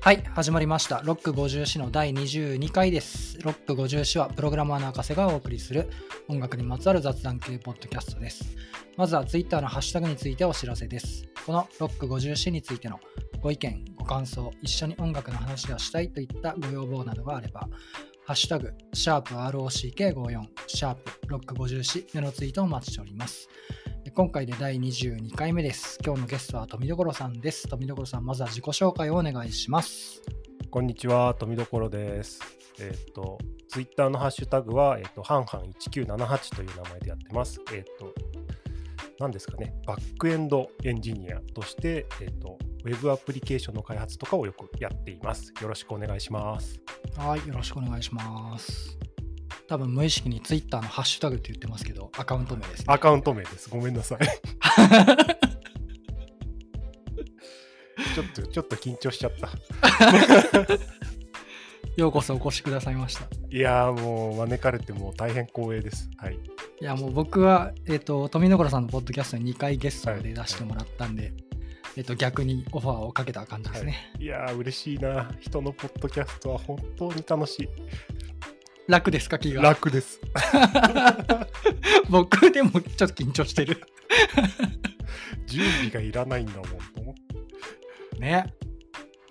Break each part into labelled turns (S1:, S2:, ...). S1: はい、始まりました。ロック50四の第22回です。ロック50四は、プログラマーの博士がお送りする音楽にまつわる雑談系ポッドキャストです。まずは、ツイッターのハッシュタグについてお知らせです。このロック50四についてのご意見、ご感想、一緒に音楽の話がしたいといったご要望などがあれば、ハッシュタグ、シャープ ROCK54、シャープロック50四でのツイートをお待ちしております。今回で第22回目です。今日のゲストは富所さんです。富所さん、まずは自己紹介をお願いします。
S2: こんにちは、富所です。えーっ、と、ツイッターのハッシュタグは、えーっ、と、ハンハン1978という名前でやってます。えーっ、と、何ですかね、バックエンドエンジニアとして、えーっ、と、ウェブアプリケーションの開発とかをよくやっています。よろしくお願いします。
S1: はい、よろしくお願いします。多分無意識に Twitter のハッシュタグって言ってますけど、アカウント名です、ね。
S2: アカウント名です。ごめんなさい。 ちょっと、ちょっと緊張しちゃった。
S1: ようこそお越しくださいました。
S2: いやー、もう招かれてもう大変光栄です。はい。
S1: いや、もう僕は、えっ、と、富所さんのポッドキャストに2回ゲストで出してもらったんで、えっ、と、逆にオファーをかけた感じですね。
S2: いやー、嬉しいな。人のポッドキャストは本当に楽しい。
S1: 楽ですか、気が。
S2: 楽です。
S1: 僕でもちょっと緊張してる。
S2: 準備がいらないんだもんと思って
S1: ね。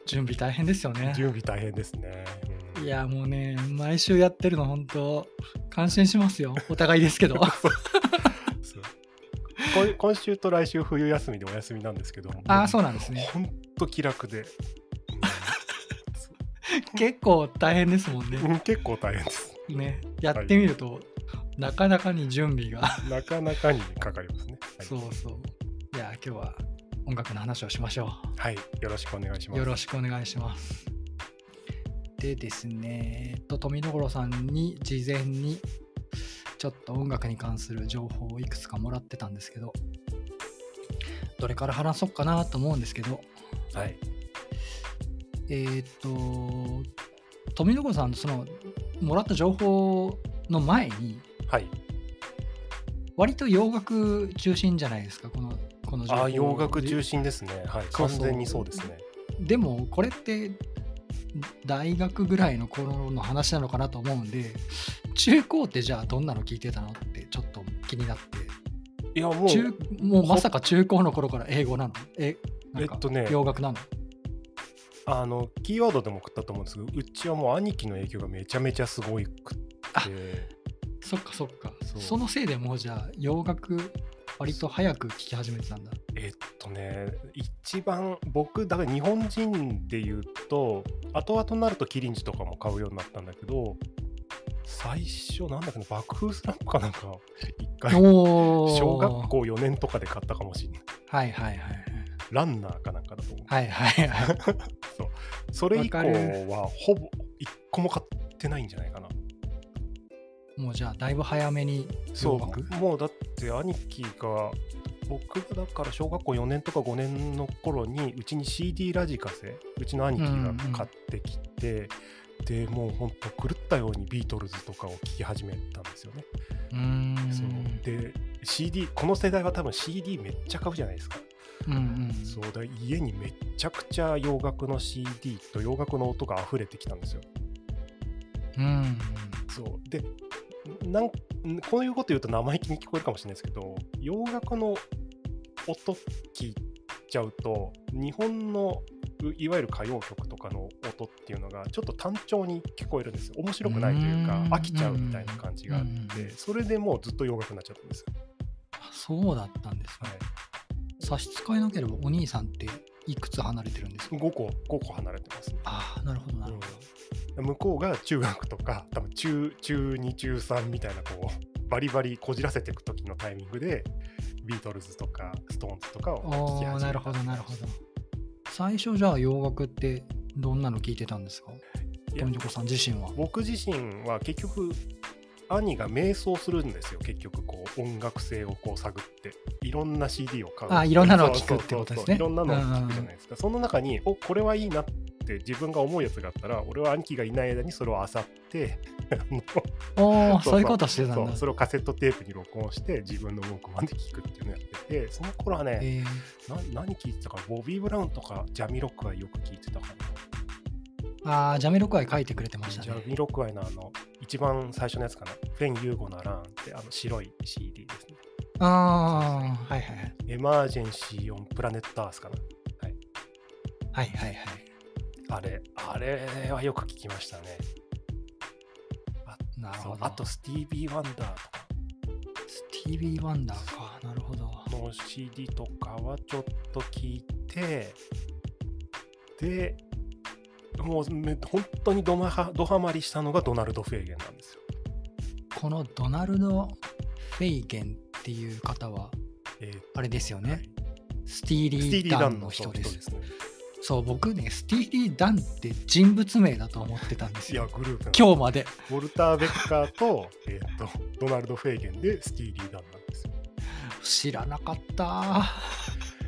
S1: 準備大変ですよね。
S2: 準備大変ですね。うん
S1: いやもうね毎週やってるの本当感心しますよお互いですけ ど
S2: そう今今週と来週冬休みでお休みなんですけど
S1: ああそうなんですね
S2: ほんと気楽で、
S1: 結構大変ですもんね
S2: うんうん結構大 変です
S1: ねやってみると、なかなかに準備が
S2: なかなかにかかりますねはい、
S1: そうそういや今日は音楽の話をしましょ
S2: はい、よろしくお願いし
S1: う
S2: ます
S1: よろしくお願いしますでですねえっと富所さんに事前にちょっと音楽に関する情報をいくつかもらってたんですけどどれから話そうかなと思うんですけど
S2: はい
S1: えーっと富所さんそのもらった情報の前に
S2: はい
S1: 割と洋楽中心じゃないですかこのこの情報
S2: あー洋楽中心ですねはい
S1: そう
S2: 完
S1: そう
S2: 全にそうですね
S1: でもこれって大学ぐらいの頃の話なのかなと思うんで中高ってじゃあどんなの聞いてたのってちょっと気になって
S2: いやもう
S1: 中もうまさか中高の頃から英語なのえなんか
S2: えっとね
S1: 洋楽なの、
S2: あのキーワードでも送ったと思うんですけどうちはもう兄貴の影響がめちゃめちゃすごいくって
S1: そっかそっか
S2: そ
S1: そうのせいでもうじゃあ洋楽割と早く聴き始めてたんだ
S2: えっとね一番僕だから日本人で言うと後々になるとキリンジとかも買うようになったんだけど最初なんだっけな爆風スランプかなんか一回
S1: おー
S2: 小学校4年とかで買ったかもしれない
S1: はいはいはい
S2: ランナーかなんかだと思う、
S1: はいはいはい
S2: それ以降
S1: わかる
S2: はほぼ一個も買ってないんじゃないかな
S1: もうじゃあだいぶ早めに
S2: そ
S1: 洋
S2: う
S1: 楽
S2: もうだって兄貴が僕がだから小学校4年とか5年の頃にうちに CD ラジカセうちの兄貴が買ってきて、でもうほんと狂ったようにビートルズとかを聴き始めたんですよね。
S1: うーん
S2: そうで CD この世代は多分 CD めっちゃ買うじゃないですか。
S1: うんうん
S2: そうだ家にめちゃくちゃ洋楽の CD と洋楽の音が溢れてきたんですよ。
S1: うんうん
S2: そうでなんこういうこと言うと生意気に聞こえるかもしれないですけど洋楽の音聞いちゃうと日本のういわゆる歌謡曲とかの音っていうのがちょっと単調に聞こえるんですよ面白くないという
S1: う
S2: か
S1: ーん
S2: 飽きちゃうみたいな感じがあっ
S1: うんうん
S2: てそれでもうずっと洋楽になっちゃったんですよ。
S1: あそうだったんですね、差し支えなければお兄さんっていくつ離れてるんですか
S2: 5個5個離れてます、ね
S1: ああなるほどなるほど、
S2: うん向こうが中学とか多分中中2中3みたいなこうバリバリこじらせていく時のタイミングでビートルズとかストーンズとかを聴
S1: お
S2: き始め
S1: ーな
S2: た
S1: るほどなるほど最初じゃあ洋楽ってどんなの聴いてたんですか
S2: いや
S1: 富子さん自身は
S2: 僕自身は結局兄が瞑想するんですよ結局こう音楽性をこう探っていろんな CD を買う
S1: あいろんなのを聞くって
S2: そうそうそう
S1: ことですね
S2: いろんなのを聞くじゃないですかその中におこれはいいなって自分が思うやつがあったら俺は兄貴がいない間にそれを漁って あの
S1: おお
S2: そうそう
S1: そういうことしてた
S2: そ
S1: ん
S2: う
S1: だ
S2: それをカセットテープに録音して自分の僕まで聞くっていうのをやっててその頃はね、
S1: えー
S2: な何聞いてたかなボビー・ブラウンとかジャミロックはよく聞いてたかな
S1: ああ、ジャミロクワイ書いてくれてました
S2: ジャ
S1: ね。
S2: ミロクワイのあの一番最初のやつかな、フェン・ユーゴのアラーンってあの白い CD ですね。
S1: ああ、はいはいはい。
S2: エマージェンシー・オン・プラネット・アースか
S1: はいはいはい。
S2: な。あれ、あれはよく聞きましたね。
S1: なる
S2: そ
S1: ほ
S2: う
S1: ど。
S2: あと、スティービー・ワンダーとか
S1: スティービー・ワンダーか。なるほど。
S2: の CD とかはちょっと聞いて、で、もうめ本当にどまはどハマりしたのがドナルド・フェーゲンなんですよ。
S1: このドナルド・フェイゲンっていう方は、
S2: えー
S1: あれですよね、
S2: はい
S1: スティー
S2: ステ
S1: リ
S2: ィーリ
S1: ー・
S2: ー・
S1: ダ
S2: ダ
S1: ン
S2: ン
S1: の
S2: の
S1: 人
S2: 人
S1: で。
S2: ですすね。
S1: そう、僕ね、スティーリー・ダンって人物名だと思ってたんです
S2: いや、
S1: よ。
S2: グループなんです
S1: 今日まで。
S2: ウォルター・ベッカーとえーっとドナルド・フェーゲンでスティーリー・ダンなんですよ。
S1: 知らなかった。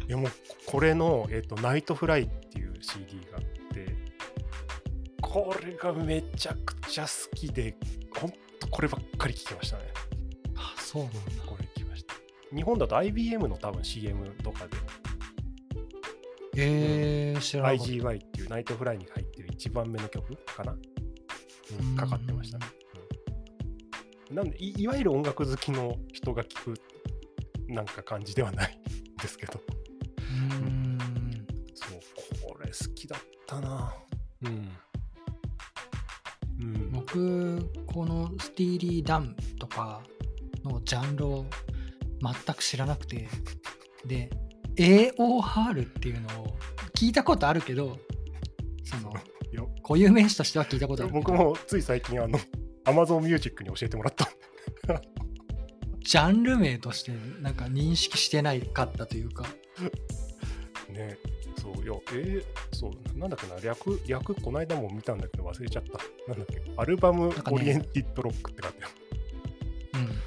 S2: いやもうこれの、えーっと「ナイト・フライ」っていう CD があってこれがめちゃくちゃ好きでほんとこればっかり聴きましたね。
S1: あ、そうなんだ。
S2: これ聴きました日本だと IBM の多分 CM とかで
S1: えー、知らなかった。
S2: IGY っていうナイトフライに入ってる1番目の曲かな、うん
S1: うん
S2: かかってましたね。うんなんでい、いわゆる音楽好きの人が聞くなんか感じではないんですけど、
S1: うーん。
S2: そう、これ好きだったな。うん。うん、
S1: 僕このスティーリー・ダンとかのジャンルを全く知らなくてで AOR っていうのを聞いたことあるけどその
S2: いや
S1: 固有名詞としては聞いたことあるけど
S2: 僕もつい最近、あの、Amazon Music に教えてもらった。
S1: ジャンル名としてなんか認識してないかったというか
S2: ね、そう、いや、えーそう、なんだっけな、略、略、この間も見たんだけど忘れちゃった。なんだっけ、アルバム
S1: んかね
S2: オリエンティッドロックって書いてある。
S1: うん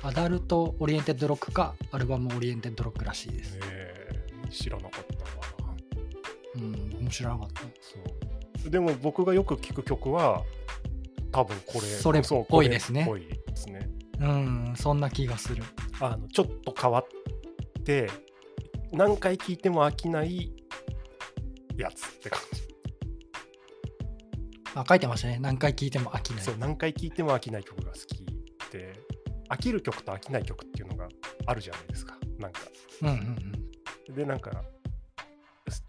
S1: アダルト・オリエンテッド・ロックかアルバム・オリエンテッド・ロックらしいです、
S2: えー知らなかったわ
S1: うん僕も知らなかった
S2: そうでも僕がよく聞く曲は多分これ
S1: それっぽい
S2: そうこ
S1: ですね
S2: っぽいですね
S1: うんそんな気がする
S2: あのちょっと変わって何回聴いても飽きないやつって感じ、
S1: あ書いてましたね何回聞いても飽きない
S2: そう何回聴いても飽きない曲が好きで飽きる曲と飽きない曲っていうのがあるじゃないですかなんか
S1: うんうんうん
S2: でなんかス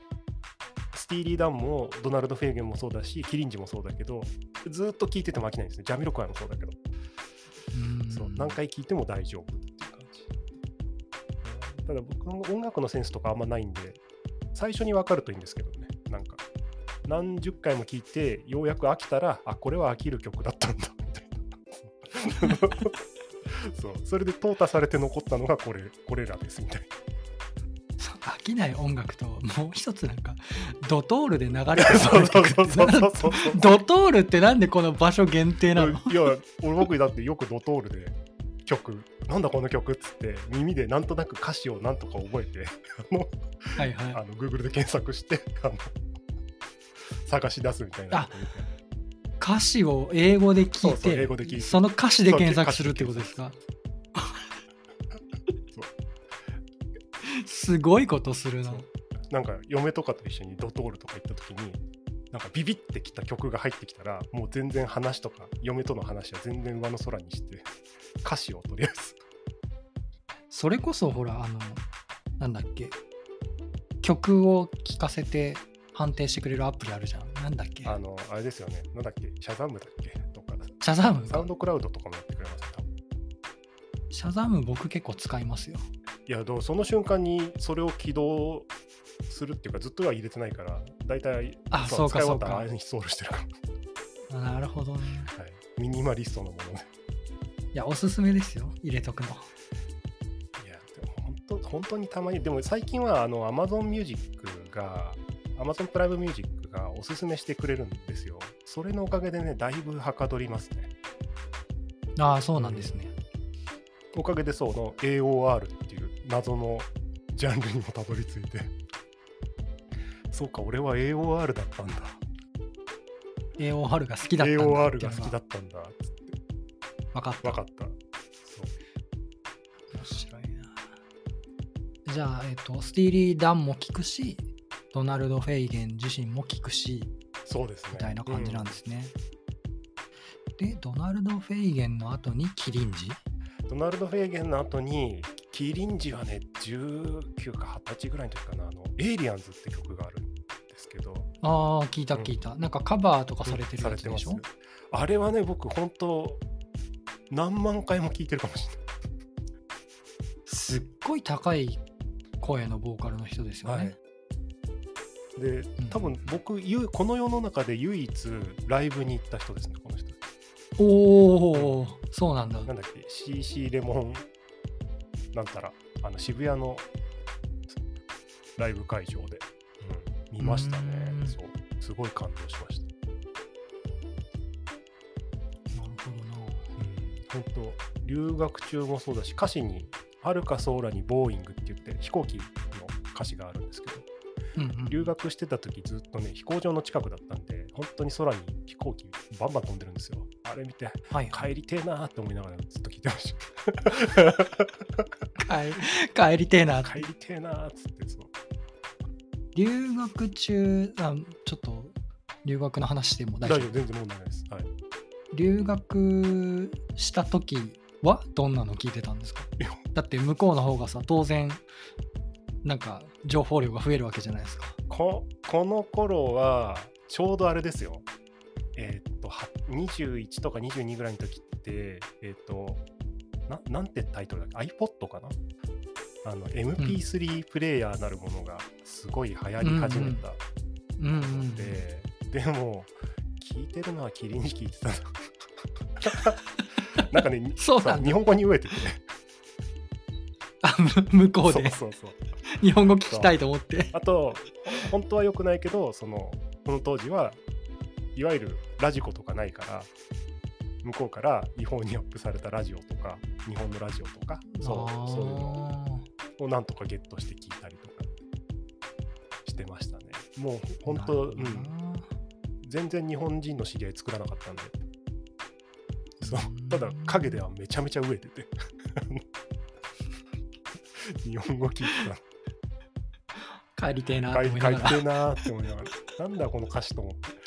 S2: スティーリー・ダンもドナルド・フェーゲンもそうだしキリンジもそうだけどずーっと聴いてても飽きないんですねジャミロクワイもそうだけど、
S1: うん
S2: そう何回聴いても大丈夫っていう感じただ僕の音楽のセンスとかあんまないんで最初に分かるといいんですけどねなんか何十回も聴いてようやく飽きたらあこれは飽きる曲だったんだみたいな そうそれで淘汰されて残ったのがこれこれらですみたいな
S1: そう飽きない音楽ともう一つなんかドトールで流れてる
S2: そう
S1: 音
S2: そう
S1: 楽
S2: そ
S1: ってなん
S2: うそうそうそ う
S1: ドトールってなんでこの場所限定なの
S2: いやいや俺僕だってよくドトールで曲なんだこの曲っつって耳でなんとなく歌詞をなんとか覚えて
S1: はいは
S2: あ
S1: い
S2: の Google で検索してあの探し出すみたいなことをよくやる
S1: 歌詞を英語で聞
S2: そうそう英語で
S1: い
S2: 聞い
S1: て
S2: て
S1: その歌詞で検索するってことですか
S2: そう
S1: すごいことするな
S2: そうなんか嫁とかと一緒にドトールとか行った時になんかビビってきた曲が入ってきたらもう全然話とか嫁との話は全然上の空にして歌詞をとりあえず
S1: それこそほらあのなんだっけ曲を聴かせて判定してくれるアプリあるじゃんなんだっけ
S2: あのあれですよねなんだっけシャザムだっけとか
S1: シャザム
S2: サウンドクラウドとかもやってくれますよ多分
S1: シャザム僕結構使いますよ
S2: いや、でもその瞬間にそれを起動するっていうか、ずっとは入れてないから、大体、
S1: あ
S2: い
S1: そうか
S2: 使い終わった
S1: そう
S2: ら
S1: か
S2: あれにストールしてるか
S1: なるほどね
S2: ら、はい、ミニマリストのもので。
S1: いやおすすめですよ入れとくの
S2: いや、でも本当、本当にたまに、でも最近はあの Amazon Music が、Amazon プライムミュージックがおすすめしてくれるんですよ。それのおかげでね、だいぶはかどりますね。
S1: ああそうなんですね、
S2: おかげで、そうの AOR っていう謎のジャンルにもたどり着いて、そうか、俺は AOR だったんだ。
S1: AOR が好きだったんだ
S2: AOR が好きだったんだ。
S1: 分かった
S2: 分かった。そう
S1: 面白いなじゃあ、えっとスティーリー・ダンも聞くしドナルド・フェイゲン自身も聞くし
S2: そうですね。
S1: みたいな感じなんですね。で、ドナルド・フェイゲンの後にキリンジ
S2: うんドナルド・フェーゲンの後に、キリンジはね、19か20歳ぐらいの時かな、あの、エイリアンズって曲があるんですけど、
S1: ああ、聞いた
S2: うん
S1: 聞いた。なんかカバーとかされてるやつでしょ
S2: されてますあれはね、僕、本当何万回も聴いてるかもしれない。
S1: すっごい高い声のボーカルの人ですよね。
S2: はいで
S1: ん
S2: 多分僕ゆいこの世の中で唯一ライブに行った人ですねこの人
S1: おお、そうなんだ。
S2: なんだっけ CC レモンなんたらあの渋谷のライブ会場で、うん見ましたね
S1: うーん
S2: そうすごい感動しました
S1: なるほどな。
S2: 本当留学中もそうだし歌詞に「はるか空にボーイング」って言って飛行機の歌詞があるんですけど
S1: うんうん、
S2: 留学してた時ずっとね飛行場の近くだったんで本当に空に飛行機バンバン飛んでるんですよあれ見て
S1: はいはい
S2: 帰りてえなーって思いながらずっと聞いてまし
S1: 帰帰りてえな
S2: た帰りてえなーっつってそう
S1: 留学中あちょっと留学の話でも
S2: 大
S1: 大
S2: 丈
S1: 丈夫
S2: 夫全然問題ないです、はい、
S1: 留学した時はどんなの聞いてたんですか
S2: いや
S1: だって向こうの方がさ当然なんか情報量が増えるわけじゃないですか
S2: ここの頃はちょうどあれですよえーっとは21とか22ぐらいの時ってえーっとななんてタイトルだっけ iPod かなあの MP3 プレイヤーなるものがすごい流行り始めた
S1: うんうん、
S2: ので、でも聞いてるのはキリンに聞いてた ななんかね
S1: そうなんだ
S2: そう日本語に飢えてて
S1: あむ向こうで
S2: そうそうそう
S1: 日本語聞きたいと思って
S2: あと本当は良くないけどそのこの当時はいわゆるラジコとかないから向こうから違法にアップされたラジオとか日本のラジオとかそうそういうのをなんとかゲットして聞いたりとかしてましたねもう
S1: あー
S2: 本当、う
S1: なるほど
S2: ん、
S1: な
S2: 全然日本人の知り合い作らなかったんでそう
S1: うん
S2: ただ影ではめちゃめちゃ飢えてて 日本語聞いてた
S1: 帰りてえなと
S2: 書い
S1: 思いな
S2: 書い
S1: がら
S2: てえなーって思いながらなんだこの歌詞と 思って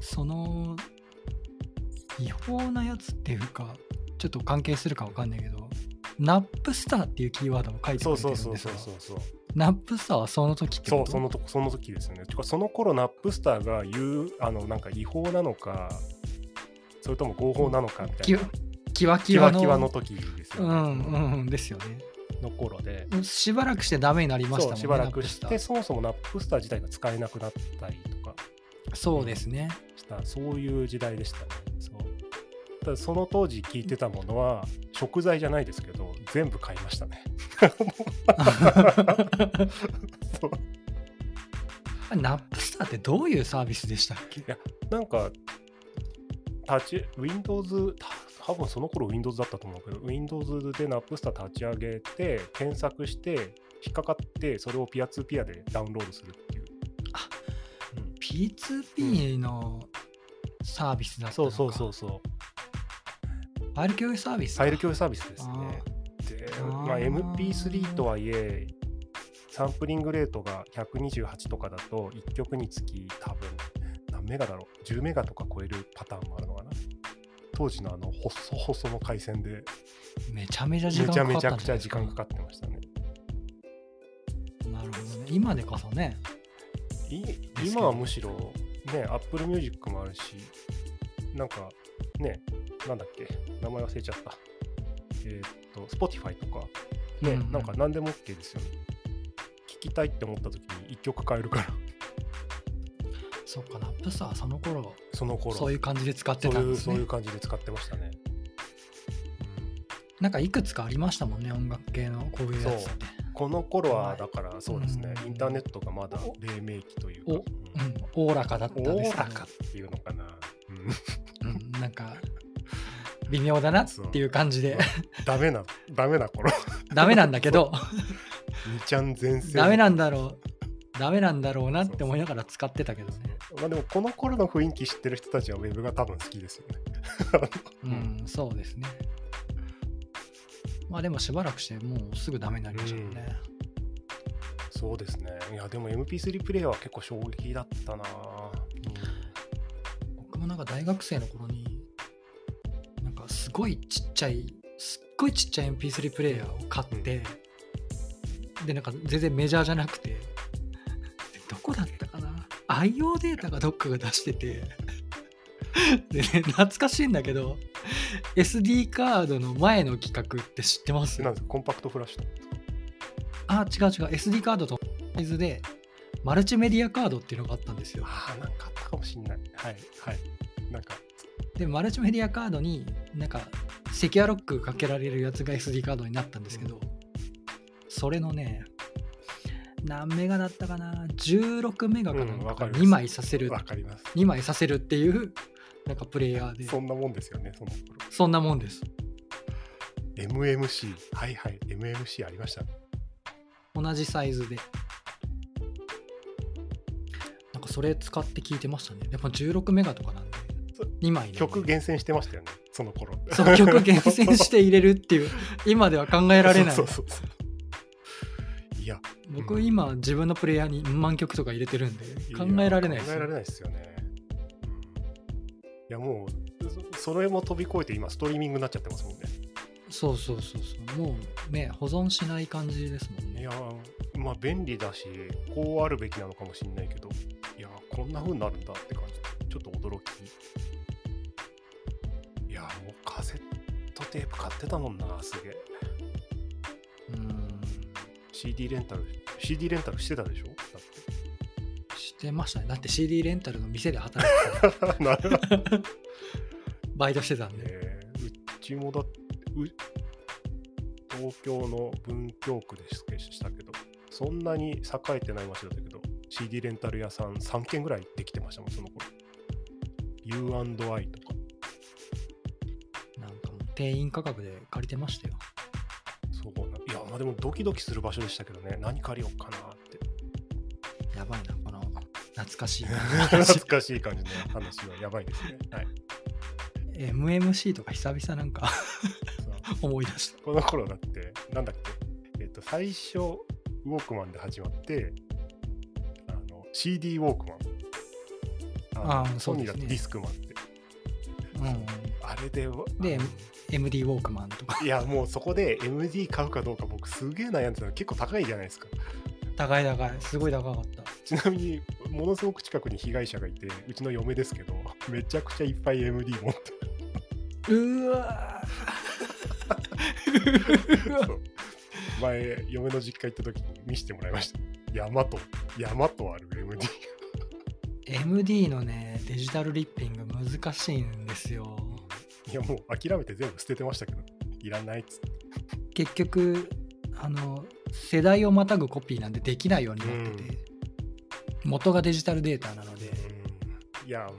S1: その違法なやつっていうかちょっと関係するかわかんないけどナップスターっていうキーワードも書いてく
S2: そう
S1: れて
S2: そ
S1: るん
S2: う
S1: です
S2: そ
S1: よ
S2: うそうそうそう
S1: ナップスターはその時って
S2: そ
S1: こ
S2: う
S1: と
S2: そのとその時ですよねてかその頃ナップスターが言うあのなんか違法なのかそれとも合法なのかみたい
S1: キ
S2: な
S1: ワキワキ
S2: キ
S1: ワ
S2: ワ
S1: の
S2: キワの時です
S1: う
S2: よね、
S1: んうんうんですよね
S2: の頃で
S1: しばらくしてダメになりましたもん
S2: そう
S1: ね
S2: しばらくし
S1: ナップ
S2: て
S1: ス
S2: そもそもナップスター自体が使えなくなったりとか
S1: ターそうです ね
S2: したそういう時代でしたねそうただその当時聞いてたものは食材じゃないですけど全部買いましたねそう
S1: ナップスターってどういうサービスでしたっけ
S2: なんか立ち Windows た多分その頃 Windows だったと思うけど Windows でナップスター立ち上げて検索して引っかかってそれをピアツーピアでダウンロードするっていう
S1: あ
S2: うん
S1: P2P のサービスだった
S2: そ
S1: の
S2: う
S1: か
S2: そうそうそう
S1: ファイル共有サービス
S2: ファイル
S1: 有
S2: 共有サービスですね。で、
S1: あー
S2: まあ、MP3 とはいえ、サンプリングレートが128とかだと、1曲につき多分、何メガだろう、10メガとか超えるパターンもあるのかな。当時のあの、細細の回線で、
S1: めちゃめちゃ
S2: め
S1: 時間
S2: ちゃめ
S1: かか
S2: ち
S1: っ
S2: ゃ
S1: たん
S2: く
S1: じ
S2: ち
S1: ゃな
S2: ゃ
S1: いです
S2: 時
S1: か
S2: 間かかってましたね。
S1: なるほどね今でこそね
S2: い
S1: けど
S2: 今はむしろ、ね、Apple Music もあるし、なんか、ね、なんだっけ、名前忘れちゃった。えーっと、Spotify とか、ね、
S1: うんうん
S2: なんか何でも OK ですよね。聞きたいって思った時に1曲変えるから、
S1: そっかナップスターはその頃
S2: その頃
S1: そういう感じで使ってた
S2: そうい
S1: ん
S2: う
S1: です
S2: そうい
S1: ね
S2: う感じで使ってましたね。
S1: なんかいくつかありましたもんね音楽系のこういうやつって
S2: うんこの頃は
S1: はい
S2: だからそうですね、
S1: うん
S2: インターネットがまだ黎明期というか
S1: お、うんおおらかだった
S2: うんん、
S1: で
S2: おお
S1: す
S2: ら
S1: ね
S2: かっていうのかな、うん
S1: うんなんか微妙だなっていう感じで
S2: ダメなダメな頃
S1: ダメなんだけど
S2: 二ちゃん全盛
S1: ダメなんだろうダメなんだろうなって思いながら使ってたけどね
S2: まあでもこの頃の雰囲気知ってる人たちはウェブが多分好きですよね。
S1: う
S2: うそうん
S1: そうですねまあでもしばらくしてもうすぐダメになりましたもんね
S2: そうですね。いや、でも MP3 プレイヤーは結構衝撃だったな、
S1: 僕もなんか大学生の頃になんかすごいちっちゃいすっごいちっちゃい MP3 プレイヤーを買って、でなんか全然メジャーじゃなくてでどこだったかな IO データがどっかが出しててで、ね、懐かしいんだけど SD カードの前の企画って知ってま
S2: う
S1: す
S2: ん。なんですか、コンパクトフラッシュと。
S1: あ違う違う SD カードとサイズでマルチメディアカードっていうのがあったんですよ
S2: ああ、なんかあったかもしんない。はい、はい。なんか、
S1: でマルチメディアカードになんかセキュアロックかけられるやつが SD カードになったんですけど、それのね何メガだったかな16メガかなん
S2: うん
S1: か
S2: わ
S1: か
S2: かります
S1: 2枚させる、
S2: わかります。
S1: 2枚させるっていうなんかプレイヤーで
S2: そんなもんですよね、その頃。
S1: そんなもんです
S2: MMC。はいはい、MMC ありましたね。
S1: 同じサイズでなんかそれ使って聞いてましたねやっぱ16メガとかなんで
S2: そ
S1: 2枚なんで
S2: 曲厳選してましたよね、その頃。
S1: そう曲 厳選して入れるっていう今では考えられない
S2: そうそうそうそういや、
S1: 僕今自分のプレイヤーに万曲とか入れてるんで考えられないで
S2: で
S1: すす
S2: 考えられないですよね。いや、もう、そそれも飛び越えて、今、ストリーミングになっちゃってますもんね。
S1: そうそうそうそうもうね保存しない感じですもん
S2: い
S1: ね
S2: やー、まあ、便利だし、こうあるべきなのかもしれないけど、いやー、こんな風になるんだって感じで、ちょっと驚き。いやー、もうカセットテープ買ってたもんな、すげえ。
S1: うーん
S2: CD レンタル、CD レンタルしてたでしょだって。
S1: してましたねだって CD レンタルの店で働い てた
S2: なるほどね。
S1: バイトしてたんで
S2: うちもだって、う東京の文京区でしたけど、そんなに栄えてない街だったけど、CD レンタル屋さん3軒ぐらい行ってきてましたもん、その頃。U&I とか。
S1: なんかもう定員価格で借りてましたよ
S2: そうな。いや、まあでもドキドキする場所でしたけどね、何借りようか なって。
S1: やばいなこの懐かし い
S2: 懐かしい感じの話はやばい ですね。はい。
S1: MMC とか久々なんか
S2: そう
S1: 思い出した
S2: この頃だって、なんだっけ、えっと、最初、ウォークマンで始まって、あの CD ウォークマン。
S1: あー
S2: ソ
S1: そう
S2: ニ
S1: です
S2: ーだ
S1: ね
S2: とディスクマンって。
S1: うん
S2: あれで、わ
S1: で
S2: あの
S1: MD ウォークマンとか
S2: いや、もうそこで MD 買うかどうか、僕、すげえ悩んでたの、結構高いじゃないですか。
S1: 高い高いすごい高かった
S2: ちなみに、ものすごく近くに被害者がいて、うちの嫁ですけど、めちゃくちゃいっぱい MD 持って
S1: うーわ
S2: そ
S1: ー
S2: う前、嫁の実家行った時に見せてもらいました。山と、山とある MD。
S1: MD のねデジタルリッピング難しいんですよ
S2: いやもう諦めて全部捨ててましたけど、いらないっつって。
S1: 結局あの世代をまたぐコピーなんてできないようになってて、元がデジタルデータなので
S2: いや、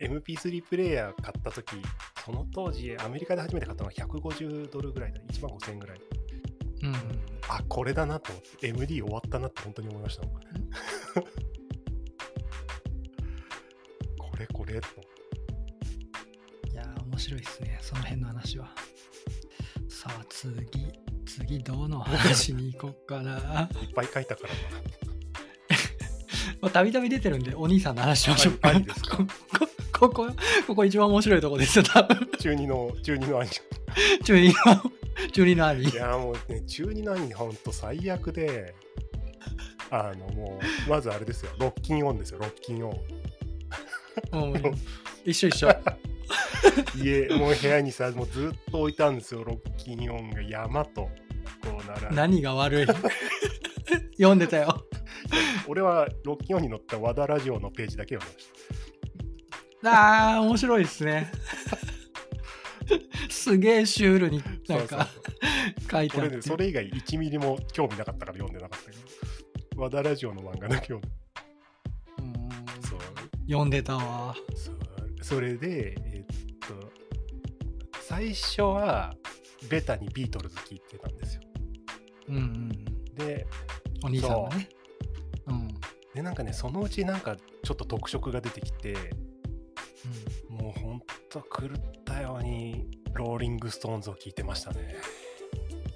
S2: MP3 プレイヤー買った時その当時、アメリカで初めて買ったのが150ドルぐらいだ、1万5000円ぐらい。
S1: うん、
S2: あ、これだなと思って、MD 終わったなって本当に思いましたもん。これこれと。
S1: いやー面白いですねその辺の話はさあ次次どの話に行こっか な
S2: いっぱい書いたから
S1: まあたびたび出てるんでお兄さんの話しましょう
S2: あありですか
S1: ここここここ一番面白いとこですよ多分
S2: な。中二の、中二の兄。
S1: 中二の中二の兄
S2: いや、もうね、中二の兄、ほんと最悪で、あの、もう、まずあれですよ、ロッキンオンですよ、ロッキンオン。
S1: もう一緒一緒
S2: 家もう部屋にさもうずっと置いたんですよロッキンオンが山とこうなら
S1: 何が悪い 読んでたよ
S2: 俺はロッキンオンに載った和田ラジオのページだけ読みまし
S1: あー面白いですね すげえシュールに
S2: た
S1: なんか
S2: そう
S1: 書いて
S2: そう
S1: あ
S2: 俺
S1: る
S2: ねそれ以外1ミリも興味なかったから読んでなかったけど和田ラジオの漫画だけ読んでそう
S1: 読んでたわ
S2: そうそれでえっと最初はベタにビートルズ聞いてたんですよ
S1: うんうん
S2: で
S1: お兄さんがねうんうん
S2: でなんかねそのうちなんかちょっと特色が出てきてもうほんと狂ったようにローリング・ストーンズを聞いてましたね。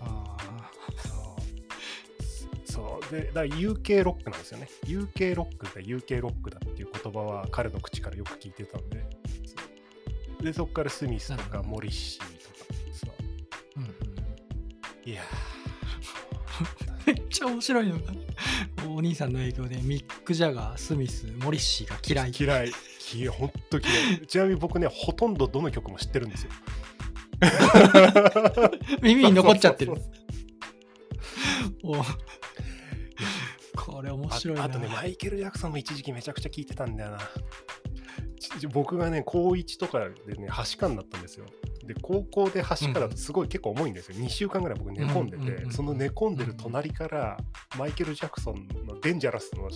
S1: あー
S2: そうそうでだから UK ロックなんですよね UK ロックが UK ロックだっていう言葉は彼の口からよく聞いてたんでそうでそこからスミスと
S1: なる
S2: か
S1: ほど
S2: モリッシーとかそう
S1: うんうん
S2: いや
S1: めっちゃ面白いのがお兄さんの影響でミック・ジャガースミスモリッシーが
S2: ー
S1: 嫌い
S2: 嫌いき本当嫌いちなみに僕ねほとんどどの曲も知ってる んですよ
S1: 耳に残っちゃってる
S2: そうそう
S1: お これ面
S2: そう
S1: 白い
S2: あ
S1: な
S2: あとねマイケル・ジャクソンも一時期めちゃくちゃ聴いてたんだよなちち僕がね高1とかでねはしかになったんですよで高校ではしかだとすごい結構重いんですよ、2週間ぐらい僕寝込んで
S1: うんうんうんう
S2: て
S1: ん
S2: その寝込んでる隣からマイケル・ジャクソンの「デンジャラスの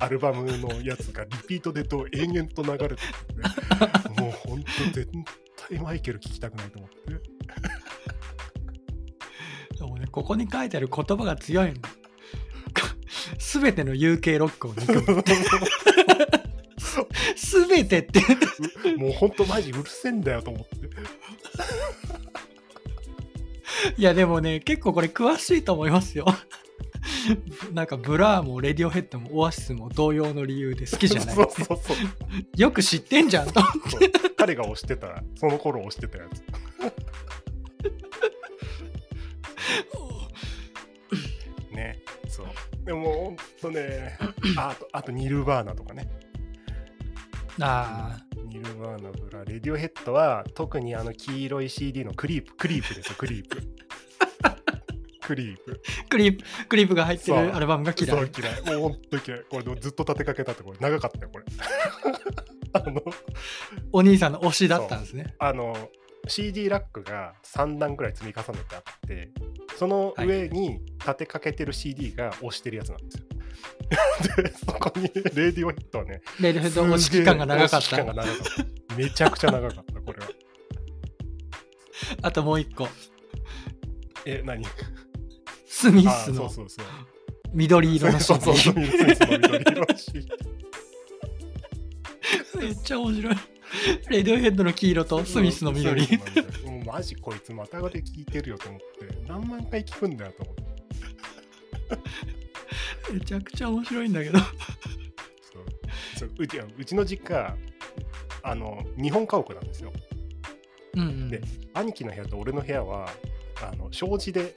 S2: アルバムのやつがリピートでと延々と流れてて、 もうほんと絶対マイケル聴きたくないと思って。
S1: でもねここに書いてある言葉が強いの 全ての UK ロックを 憎む全てって
S2: もうほんとマジうるせえんだよと思って。
S1: いやでもね結構これ詳しいと思いますよ なんかブラーもレディオヘッドもオアシスも同様の理由で好きじゃない
S2: そうそうそう。
S1: よく知ってんじゃん と
S2: そう彼が推してた、その頃推してたや つ。ね。そう。でもほんとね、ああと、あとニルバーナとかね。
S1: あ
S2: ニルバーナブラ、レディオヘッドは特にあの黄色い CD のクリープ、クリープですよ、クリープ。クリープ。
S1: ークリップクリップが入って
S2: そう
S1: るアルバムが嫌
S2: そう
S1: い
S2: 嫌い。もう本当嫌い。これでもずっと立てかけたってこれ長かったよこれ。 あの
S1: お兄さんの推しだったんですね
S2: あの CD ラックが3段ぐらい積み重ねてあって、その上に立てかけてる CD が押してるやつなんですよ。 でそこにレディオヘッド はね、
S1: レディオヘッド推し期間が長かっ
S2: すげえ推し期間が
S1: た
S2: 長かっためちゃくちゃ長かったこれは。
S1: あともう一個
S2: え何？
S1: スミ
S2: あ
S1: ス
S2: そう
S1: の
S2: そうそう。
S1: 緑色のシ
S2: そうそうそう。
S1: ー
S2: 緑色の CD
S1: ンめっちゃ面白いレディオヘッドの黄色とスミスの緑
S2: スミスの緑もうマジこいつまたがで聞いてるよと思って何万回聞くんだよと思って
S1: めちゃくちゃ面白いんだけど
S2: そうそううちうちの実家あの日本家屋なんですよ
S1: うんうん
S2: で兄貴の部屋と俺の部屋はあの障子で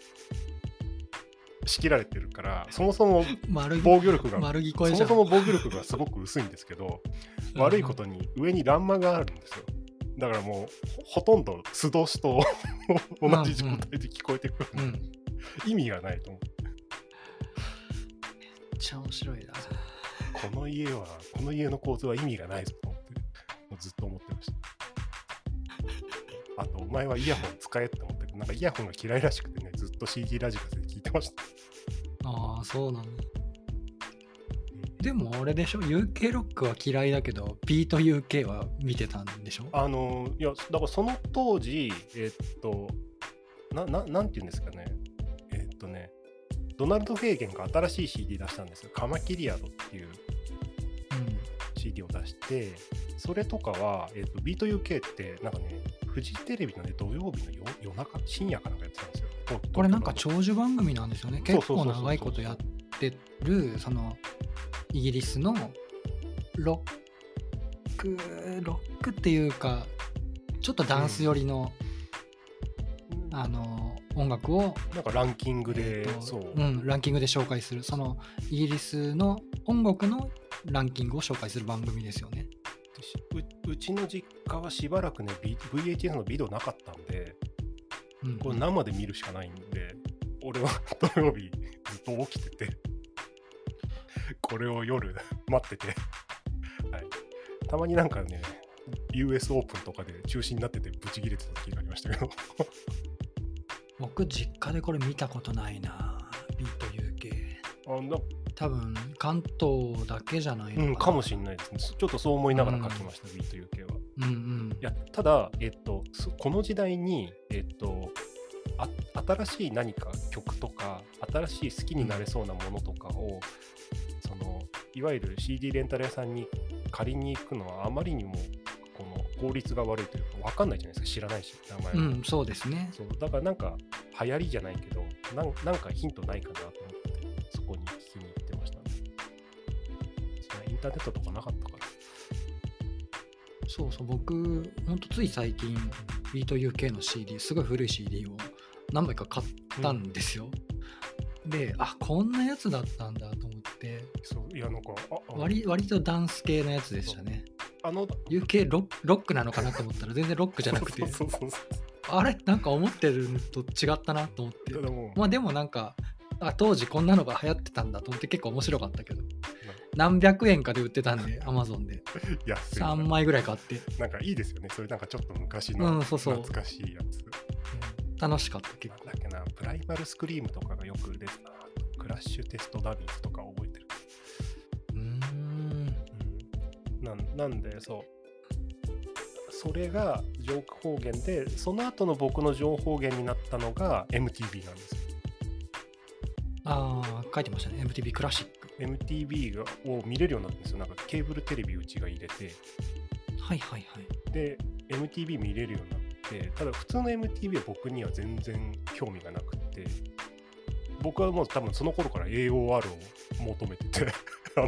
S2: 仕切られてるからそもそも
S1: 丸
S2: 防御力 が、
S1: 丸聞こ
S2: そ
S1: え
S2: も
S1: じゃん
S2: そも防御力がすごく薄いんですけど悪いことに上に欄間があるんですよだからもうほほとんど素通しと 同じ状態で聞こえてくる、
S1: うんうん
S2: 意味がないと思う
S1: めっちゃ面白いな
S2: この家はこの家の構造は意味がないぞと思ってもうずっと思ってましたあとお前はイヤホン使えって思ったけどなんかイヤホンが嫌いらしくてねずっと CD ラジカセで聞いてました、
S1: ああそうなのでもあれでしょ UK ロックは嫌いだけどビート UK は見てたんでしょ
S2: あのいやだからその当時えっとなななんて言うんですかねえっとねドナルド・フェーゲンが新しい CD 出したんですよ「カマキリアド」っていう
S1: うん、
S2: CD を出してそれとかは、えっとビート UK ってなんかねフジテレビのね土曜日の夜夜中深夜かなんかやってたんですよと
S1: これなんか
S2: と
S1: 長寿番組なんですよね
S2: そう
S1: 結
S2: そうそうそう
S1: 構長いことやってるそのイギリスのロックロックっていうかちょっとダンス寄りの、あの音楽を、
S2: なんかランキングで、
S1: えーと
S2: そう、
S1: うん、ランキングで紹介するそのイギリスの音楽のランキングを紹介する番組ですよね。
S2: でしううちの実家はしばらくねビ VHS のビデオなかったんで
S1: うん
S2: これ生で見るしかないんで俺は 土曜日ずっと起きててこれを夜 待ってて、はい、たまになんかね US オープンとかで中止になっててブチ切れてた時がありましたけど
S1: 僕実家でこれ見たことないなビート UK
S2: あな
S1: 多分関東だけじゃないの
S2: う
S1: かな、
S2: ん、かもしれないですね。ちょっとそう思いながら書きました、ビート UK は。
S1: うんうん
S2: いや、ただ、えっと、そこの時代に、えっと、あ新しい何か曲とか、新しい好きになれそうなものとかを、その、いわゆる CD レンタル屋さんに借りに行くのは、あまりにも、この効率が悪いというか、わかんないじゃないですか、知らないし、名前
S1: う
S2: が。
S1: ん、そうですね。
S2: そうだからなんか流行りじゃないけどなんなんかヒントないかなと思ってそこに聞きに行ってましたね。それはインターネットとかなかったから。
S1: そうそう、僕、ほんとつい最近、ビート UK の CD、すごい古い CD を何枚か買ったんですよ。で、あこんなやつだったんだと思って、
S2: そういやなんかああの
S1: 割割とダンス系のやつでしたね。
S2: あの
S1: UK ロックロックなのかなと思ったら、全然ロックじゃなくて、
S2: そうそうそうそう
S1: あれなんか思ってるのと違ったなと思って
S2: いや。でも、
S1: まあでもなんかあ当時こんなのが流行ってたんだと思って結構面白かったけど
S2: まあ
S1: 何百円かで売ってたんで Amazon で
S2: 安い
S1: 3枚ぐらい買って、
S2: なんかいいですよねそれなんかちょっと昔
S1: う
S2: の
S1: んそうそう
S2: 懐かしいやつ、
S1: 楽しかった結
S2: なん
S1: 構
S2: だっけなプライマルスクリームとかがよく出てたなクラッシュテストダビーズとか覚えてる
S1: うーん
S2: うんなんなんでそうそれがジョーク方言でその後の僕の情報源になったのが MTV なんですよ
S1: ああ書いてましたね MTV クラシッ
S2: MTV がを見れるようになったんですよなんかケーブルテレビうちが入れて
S1: クはいはいはい
S2: で MTV 見れるようになってただ普通の MTV は僕には全然興味がなくって僕はもう多分その頃から AOR を求めてて あ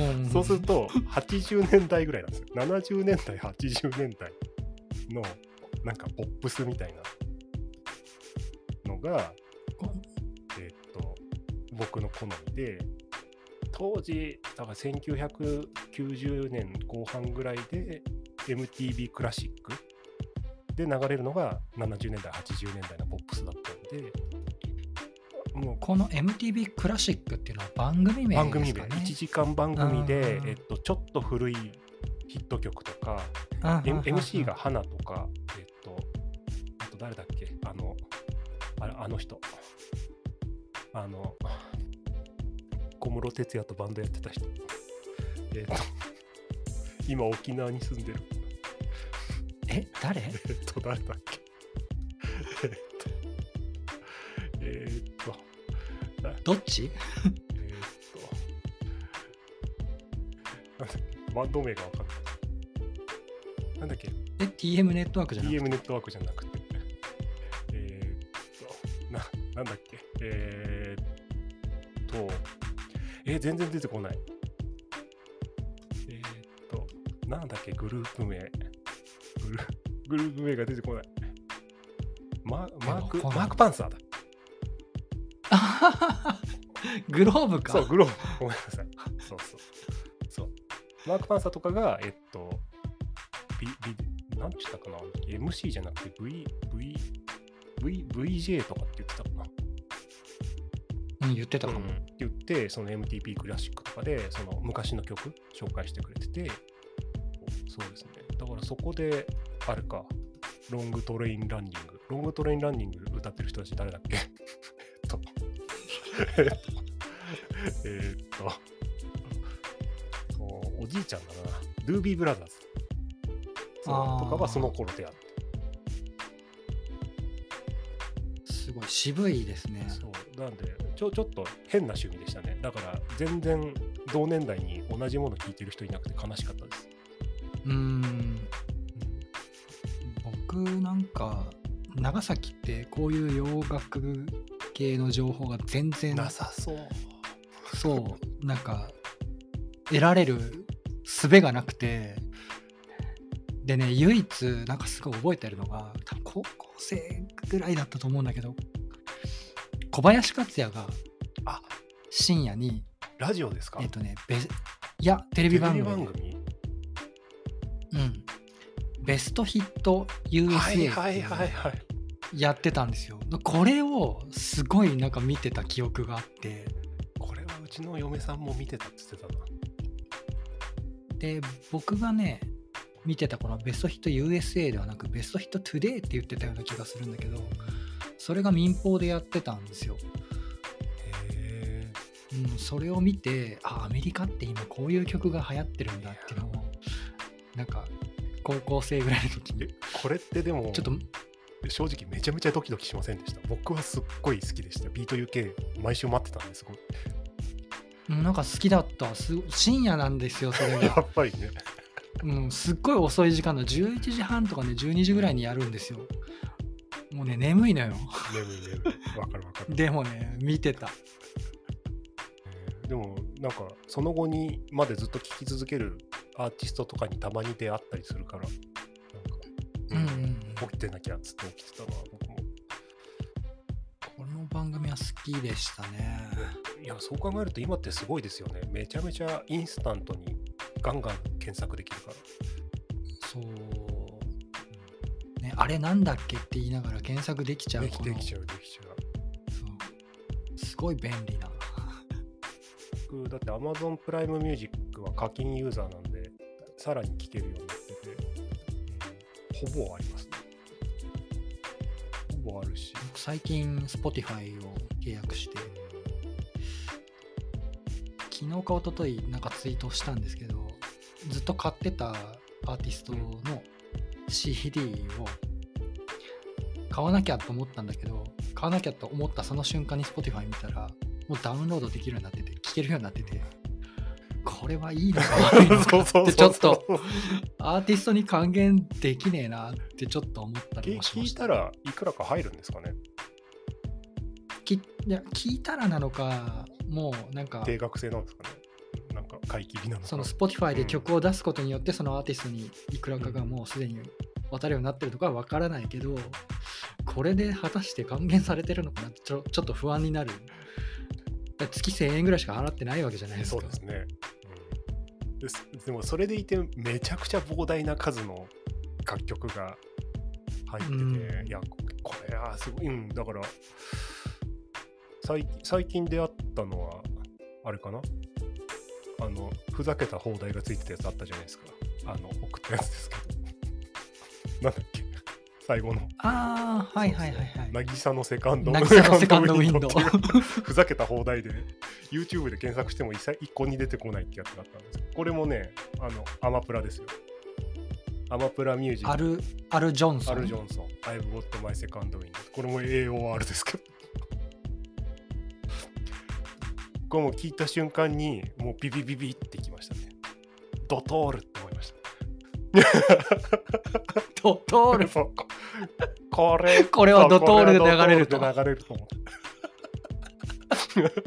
S2: の
S1: ん
S2: そうすると80年代ぐらいなんですよ70年代80年代のなんかポップスみたいなのが
S1: こ
S2: えっと僕の好みで当時だから1990年後半ぐらいで MTV クラシックで流れるのが70年代80年代のポップスだったんでもう
S1: この MTV クラシックっていうのは番組名
S2: 番
S1: です
S2: 組
S1: か
S2: で
S1: ね
S2: 1時間番組で
S1: あ、ー
S2: えっと、ちょっと古いヒット曲とか、
S1: あー
S2: M-
S1: はーはー
S2: MC が花とか、えっと、あと誰だっけあの、あれあの人。あの、小室哲哉とバンドやってた人。えっと、今沖縄に住んでる。
S1: え誰
S2: えっと、誰だっけえっと、えっと、
S1: どっち
S2: えーっと、なんだっけ、バンド名が分かんない。なんだっけ、
S1: え TM ネットワークじゃなくて
S2: DM ネットワークじゃなくて。えーっと、な、なんだっけ、えーっと、えー全然出てこない。えーっと、なんだっけ、グループ名。グルグループ名が出てこない。ママーク、
S1: えわかんない
S2: マークパンサーだ。
S1: あははは グローブか
S2: そう、グローブ。ごめんなさい。そうそう。そう。マーク・パンサーとかが、えっと、ビ、ビ、なんて言ったかな ?MC じゃなくて V、V、V、VJ とかって言ってたかな
S1: うん、言ってた
S2: と
S1: か
S2: か
S1: も、
S2: もって言って、その MTP クラシックとかで、その昔の曲紹介してくれてて、そうですね。だからそこで、あれか、ロングトレインランニング。ロングトレインランニング歌ってる人たち誰だっけ えっと、 えっと、おおじいちゃんだな。ドゥービーブラザーズ。
S1: あ
S2: そう
S1: ー
S2: とかはその頃であって。
S1: すごい渋いですね
S2: そうなんでちょちょっと変な趣味でしたねだから全然同年代に同じもの聞いてる人いなくて悲しかったです、
S1: うーん僕なんか長崎ってこういう洋楽系の情報が全然
S2: なさそう
S1: そうなんか得られる術がなくてでね唯一なんかすごい覚えてるのが多分高校生ぐらいだったと思うんだけど小林克也が
S2: あ
S1: 深夜に
S2: ラジオですか
S1: えっとねべいやテレ
S2: テ
S1: ビ
S2: レビ
S1: 番
S2: 番
S1: 組
S2: 組
S1: でうん、ベストヒット USA
S2: は
S1: ってい
S2: いう
S1: のを
S2: はいはいはい
S1: やってたんですよ。これをすごいなんか見てた記憶があって
S2: これはうちの嫁さんも見てたって言ってたな
S1: で僕がね見てたこのベストヒット USA ではなくベストヒット Today って言ってたような気がするんだけどそれが民放でやってたんですよ。
S2: へ
S1: うん、それを見てあアメリカって今こういう曲が流行ってるんだっていうのをなんか高校生ぐらいの時
S2: え
S1: に
S2: これってでも
S1: ちょっと
S2: 正直めちゃめちゃドキドキしませんでした僕はすっごい好きでしたビート UK 毎週待ってたんですごい
S1: うんなんか好きだったす深夜なんですよそれ
S2: や
S1: が。
S2: っぱり ね
S1: うん、すっごい遅い時間の11時半とかね12時ぐらいにやるんですよもうね眠いのよ
S2: 眠い眠いわかるわかる
S1: でもね見てた
S2: でもなんかその後にまでずっと聴き続けるアーティストとかにたまに出会ったりするから
S1: うんう
S2: なんんか、
S1: うん、
S2: 起きてなきゃっつって起きてたわ僕も
S1: この番組は好きでしたね。
S2: いやそう考えると今ってすごいですよねめちゃめちゃインスタントにガンガン検索できるから
S1: そう。ね、あれなんだっけって言いながら検索できちゃう。
S2: でき
S1: こ
S2: で
S1: の
S2: きちゃうできちゃう
S1: そうすごい便利な。
S2: 僕だって Amazon プライムミュージックは課金ユーザーなんでさらに聴けるようになっててほぼありますねほぼあるし
S1: 僕最近 Spotify を契約して、昨日か一昨日なんかツイートしたんですけど、ずっと買ってたアーティストの CD を買わなきゃと思ったんだけど、買わなきゃと思ったその瞬間に Spotify 見たら、もうダウンロードできるようになってて、聴けるようになってて、これはいいのか悪いの か
S2: そうそう
S1: ってちょっとアーティストに還元できねえなってちょっと思ったりもし
S2: 聞
S1: ま
S2: い
S1: した
S2: たらいくらか入るんですかね
S1: きいや聞いたらなのかもうなんか
S2: 定額制なんですかねなんか買い切りなのか
S1: そ
S2: な
S1: の Spotify で曲を出すことによってそのアーティストにいくらかがもうすでに渡るようになってるとかは分からないけどこれで果たして還元されてるのかなってちょちょっと不安になるだって月1000円ぐらいしか払ってないわけじゃないです
S2: そ
S1: か
S2: うですね、うんですでもそれでいてめちゃくちゃ膨大な数の楽曲が入ってて、
S1: うん
S2: いやここれはすごい、うん、だから最最近出会ったのはあれかなあのふざけた放題がついてたやつあったじゃないですかあの送ったやつですけど なんだっけ最後の
S1: ああはいはいはいはい
S2: 渚のセカンド
S1: 渚のセカンドウィンドウ
S2: セカンドウィンドウっていう ふざけた放題で YouTube で検索しても一切一個に出てこないってやつだったんですけどこれもねあのアマプラですよアマプラミュージック
S1: アルアル・ジョンソ
S2: ア
S1: ン
S2: ル・ジョンソン I've got my second wind これも AOR ですけどこれも聞いた瞬間にもうビビビビってきましたねドトールって思いました
S1: ドトー
S2: これ
S1: ル
S2: そうここれ
S1: これはドトールで流れると
S2: これはドトールで流れると思って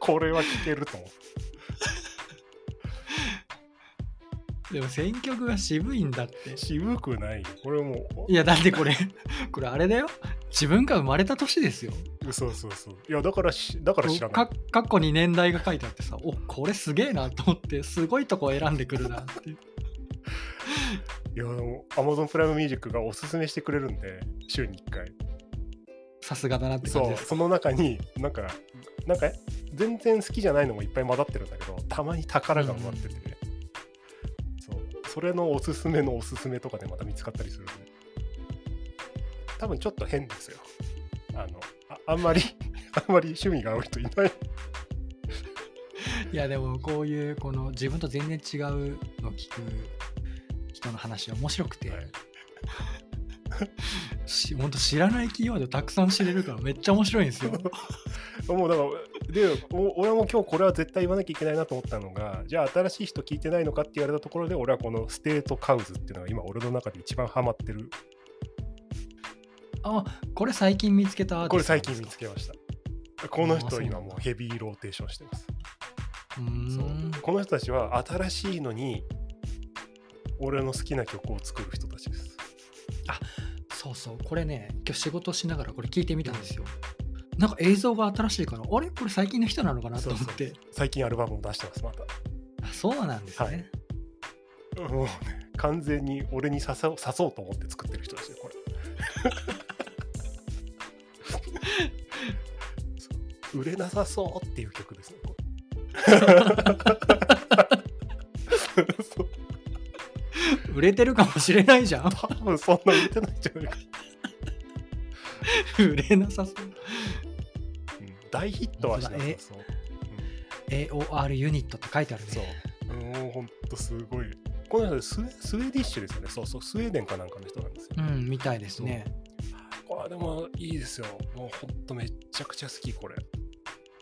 S2: これは聞けると思って
S1: でも選曲が渋いんだって
S2: 渋くないよこれも
S1: いやだってこれ これあれだよ自分が生まれた年ですよ
S2: うそうそうそういやだからしだから知らない
S1: か過去に年代が書いてあってさおこれすげえなと思ってすごいとこ選んでくるなって
S2: いやでも Amazon プライムミュージックがおすすめしてくれるんで週に1回
S1: さすがだなって感じ
S2: そ
S1: で
S2: う
S1: す
S2: その中になんかなんか全然好きじゃないのもいっぱい混ざってるんだけどたまに宝が埋まってて、そうそれのおすすめのおすすめとかでまた見つかったりするんで多分ちょっと変ですよあのああんまり あんまり趣味が合う人いない
S1: いやでもこういうこの自分と全然違うのを聞く人の話は面白くて、
S2: はい
S1: しほんと知らないキーワードたくさん知れるからめっちゃ面白いん ですよ
S2: もうだからでお俺はもう今日これは絶対言わなきゃいけないなと思ったのがじゃあ新しい人聞いてないのかって言われたところで俺はこのステートカウズっていうのが今俺の中で一番ハマってる
S1: あこれ最近見つけたアーテ
S2: こ
S1: ィ
S2: れ
S1: ストな
S2: 最
S1: んで
S2: 近
S1: す
S2: 見
S1: か
S2: つけました。この
S1: あーそう
S2: 人
S1: なんだ
S2: 今もうヘビーローテーションしてます。
S1: うー
S2: そうんこの人たちは新しいのに俺の好きな曲を作る人たちです。
S1: そうそうこれね今日仕事しながらこれ聞いてみたんですよなんか映像が新しいからあれこれ最近の人なのかなと思って
S2: そうそう最近アルバムを出してますまた。
S1: あそうなんですね、
S2: はいもうね完全に俺に刺そう刺そうと思って作ってる人ですよこれ。そう売れなさそうっていう曲ですね。こ れそう
S1: 売れてるかもしれないじゃん
S2: 多分そんな売れてないんじゃないか
S1: 売れなさそう
S2: 大ヒットはしなさそう。
S1: AOR ユニットって書いてあるね
S2: うんそう。もうほんとすごい。この人スウェスウェーディッシュですよね。そうそう、スウェーデンかなんかの人なんですよ。
S1: うんみたいですね
S2: あでもいいですよ。もうほんとめっちゃくちゃ好き、これ。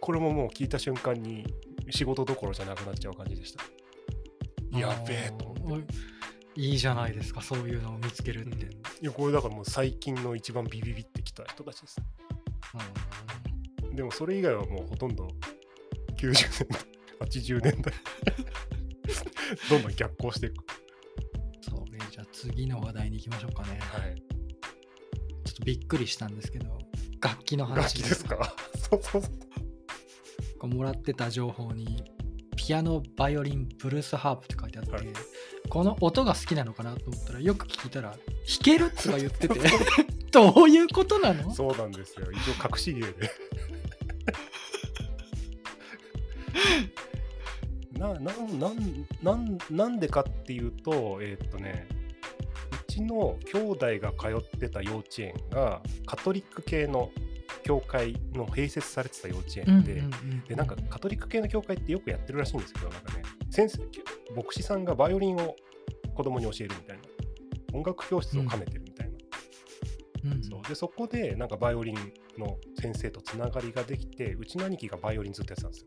S2: これももう聞いた瞬間に仕事どころじゃなくなっちゃう感じでした。やべえと思って。
S1: っていいじゃないですかそういうのを見つけるっ
S2: う
S1: て、
S2: ん
S1: うん
S2: いやこれだからもう最近の一番ビビビってきた人たちです。でもそれ以外はもうほとんど90年代、80年代、 どんどん逆行していく。
S1: そうね、じゃあ次の話題に行きましょうかね。
S2: はい、
S1: ちょっとびっくりしたんですけど、楽器の
S2: 楽
S1: 話
S2: 器ですか そうそうそう。
S1: こうもらってた情報に、ピアノ、バイオリン、ブルースハープって書いてあって、
S2: はい
S1: この音が好きなのかなと思ったら、よく聞いたら、弾けるとか言 ってて、どういうことなの
S2: そうなんですよ。一応隠し芸 で。な、なん、なん、なん、なんでかっていうと、えーっとね。うちの兄弟が通ってた幼稚園がカトリック系の教会の併設されてた幼稚園で、でなんかカトリック系の教会ってよくやってるらしいんですけどなんかね先生牧師さんがバイオリンを子供に教えるみたいな音楽教室を兼ねてるみたいな、
S1: うん
S2: そうでそこでなんかバイオリンの先生とつながりができてうちの兄貴がバイオリンずっとやってたんですよ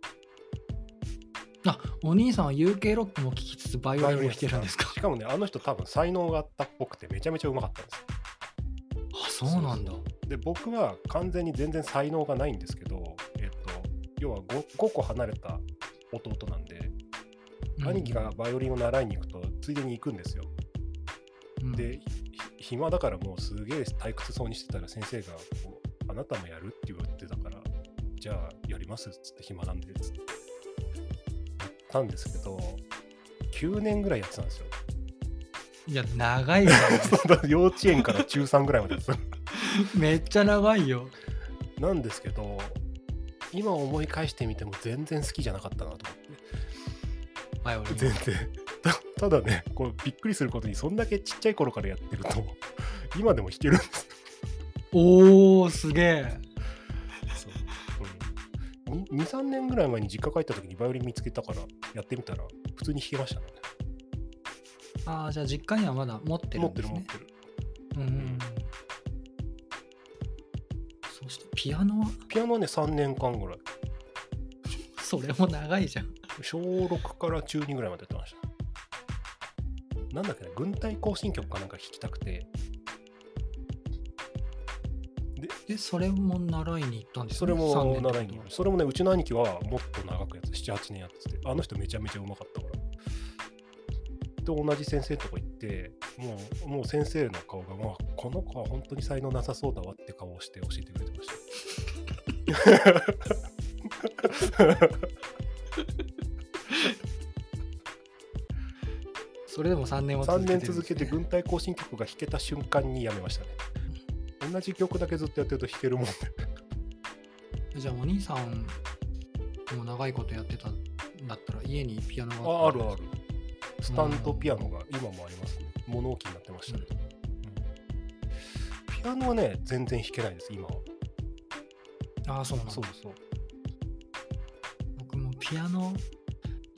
S1: あお兄さんは UK ロックも聴きつつバイオリンも弾けるんですか
S2: バイオリンやってたしかもねあの人多分才能があったっぽくてめちゃめちゃうまかったんですよ
S1: あそうなんだ
S2: そうで僕は完全に全然才能がないんですけどえっと要は 5, 5個離れた弟なんで、
S1: うん
S2: 兄貴がバイオリンを習いに行くとついでに行くんですよ
S1: うん
S2: でひ暇だからもうすげえ退屈そうにしてたら先生がこう「あなたもやる?」って言われてたから「じゃあやります」っつって暇なんでっつってやったんですけど9年ぐらいやってたんですよ
S1: いや長いよ
S2: だから幼稚園から中3ぐらいまでやってた
S1: めっちゃ長いよ
S2: なんですけど今思い返してみても全然好きじゃなかったなと思って
S1: バイオリン
S2: 全然たた だねこうびっくりすることにそんだけちっちゃい頃からやってると今でも弾けるんです
S1: おおすげえ
S2: そう、うん、2、3年ぐらい前に実家帰った時にバイオリン見つけたからやってみたら普通に弾けましたね。
S1: あーじゃあ実家にはまだ持ってる
S2: 持
S1: ん
S2: っ
S1: で
S2: てる
S1: す
S2: 持っ
S1: ね
S2: てる。
S1: うんうんうんそしてピアノは
S2: ピアノはね3年間ぐらい。
S1: それも長いじゃん
S2: 小6から中2ぐらいまでやってました。なんだっけね、軍隊行進曲かなんか弾きたくて、
S1: えそれも習いに行ったんです
S2: そ
S1: ね
S2: れも
S1: 三年ってこと
S2: 習いに行きましたそれもね、うちの兄貴はもっと長くやってた、7、8年やってて、あの人めちゃめちゃうまかったから。と同じ先生のとこ行って、もうもう先生の顔が、まあ、この子は本当に才能なさそうだわって顔をして教えてくれてました。
S1: それでも3年は
S2: 3年
S1: るん
S2: 続
S1: です
S2: け
S1: ね
S2: て軍隊行進曲が弾けた瞬間にやめましたね。同じ曲だけずっとやってると弾けるもんで、
S1: じゃあお兄さんも長いことやってたんだったら家にピアノが
S2: ああ
S1: ったん
S2: る
S1: で
S2: あ
S1: す
S2: る
S1: か。
S2: スタンドピアノが今もありますね。物置になってましたね。ピアノはね、全然弾けないです、今は。
S1: ああそうなんだ
S2: そうそう。
S1: 僕もピアノ